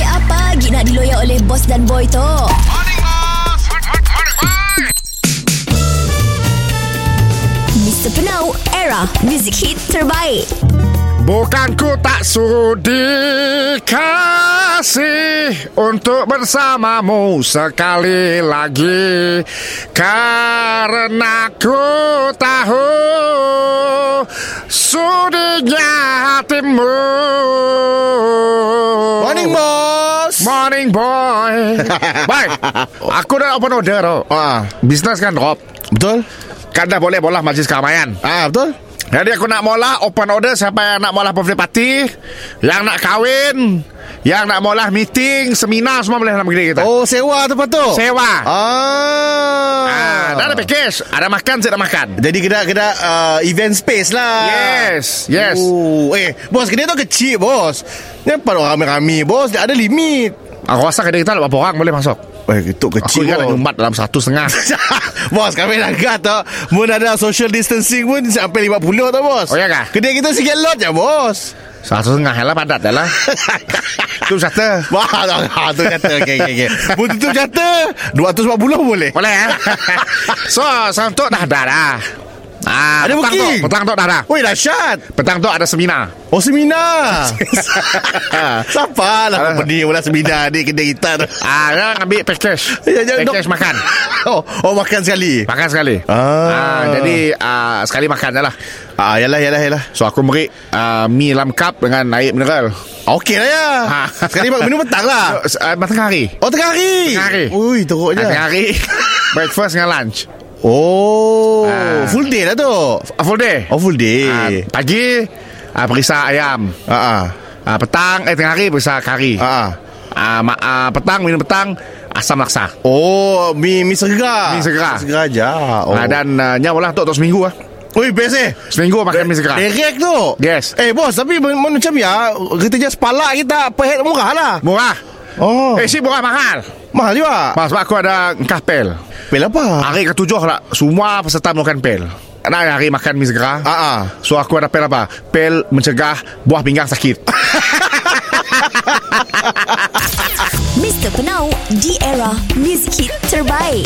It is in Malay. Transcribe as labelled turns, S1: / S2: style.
S1: lagi nak diloyak oleh bos dan boy tu? Mr. Penau, era music hit terbaik.
S2: Bukan ku tak sudi kasih untuk bersamamu sekali lagi Karena ku tahu sudinya hatimu
S3: Morning, bos.
S2: Morning boy Baik Aku dah open order tau
S3: Ah,
S2: Bisnes kan drop
S3: betul?
S2: Kan dah boleh bola majlis keramaian
S3: Ah, betul?
S2: Jadi aku nak mola open order siapa yang nak mola birthday party, yang nak kahwin, yang nak mola meeting, seminar semua boleh dalam negeri kita.
S3: Oh, sewa tempat tu.
S2: Sewa.
S3: Ah.
S2: Ah, dah ada package, ada makan, saya ada makan.
S3: Jadi kedai-kedai uh, event space lah.
S2: Yes, yes.
S3: Oh, eh, bos kedai tu kecil, bos. Ni empat orang ramai-ramai, bos. Dia ada limit.
S2: Aku rasa kedai kita ada berapa orang boleh masuk?
S3: Eh, itu
S2: Aku
S3: kecil.
S2: ingat nak
S3: bos.
S2: nyumbat dalam satu setengah.
S3: bos kami nak kata Mun ada social distancing pun Sampai 50 tau bos
S2: Oh, ya kah?
S3: Kedai kita sikit lot je bos
S2: satu setengah lah padat dah lah. tu satu.
S3: Wah ah, Tu kata okay, okay, okay. Mun tutup kata 240 boleh
S2: Boleh eh? so, santuk dah dah dah. Ah,
S3: Ada
S2: petang
S3: booking?
S2: tu, petang tu dah dah.
S3: Weh dahsyat
S2: Petang tu ada seminar.
S3: Oh seminar Siapa lah company pula seminar ni Kedai kita tu
S2: Ah, dia ambil package.
S3: Ya, jangan-
S2: package makan.
S3: oh, oh makan sekali
S2: Makan sekali ah.
S3: Ah.
S2: Jadi ah, Sekali makan je lah
S3: Ah, yalah, yalah, yalah
S2: So aku beri ah, Mi dalam cup Dengan air mineral
S3: Okey lah ya
S2: Ha.
S3: Sekali mak- minum petang lah
S2: ah. uh, Tengah hari
S3: Oh tengah hari
S2: Tengah hari.
S3: Ui teruk je
S2: ah, Tengah hari Breakfast dengan lunch
S3: Oh
S2: Ah.
S3: Full day lah tu
S2: Ah, Full day
S3: Oh full day
S2: ah, Pagi ah, Perisa ayam
S3: Ah, ah.
S2: ah, Petang Eh tengah hari Perisa kari
S3: Ah,
S2: ah.
S3: ah.
S2: ma- ah, Petang Minum petang Asam laksa
S3: Oh mi, mi segar
S2: Mi segar.
S3: Segar je
S2: oh.
S3: oh.
S2: ah, Dan ah, nyawa lah Untuk, untuk seminggu lah
S3: Ui best eh
S2: Seminggu makan mi segar
S3: Direct tu
S2: Yes.
S3: Eh bos tapi ben- ben- macam ya Kita je sepala kita Per head murah lah
S2: Murah
S3: Oh
S2: Eh si murah mahal
S3: Mahal juga
S2: Mahal, Sebab aku ada Kapel
S3: Pel apa?
S2: Hari ketujuh lah Semua peserta melakukan pel Nak hari makan mi segera
S3: Ah, ah.
S2: So aku ada pel apa? Pel mencegah buah pinggang sakit
S1: Mr. Penau, di era music hit terbaik.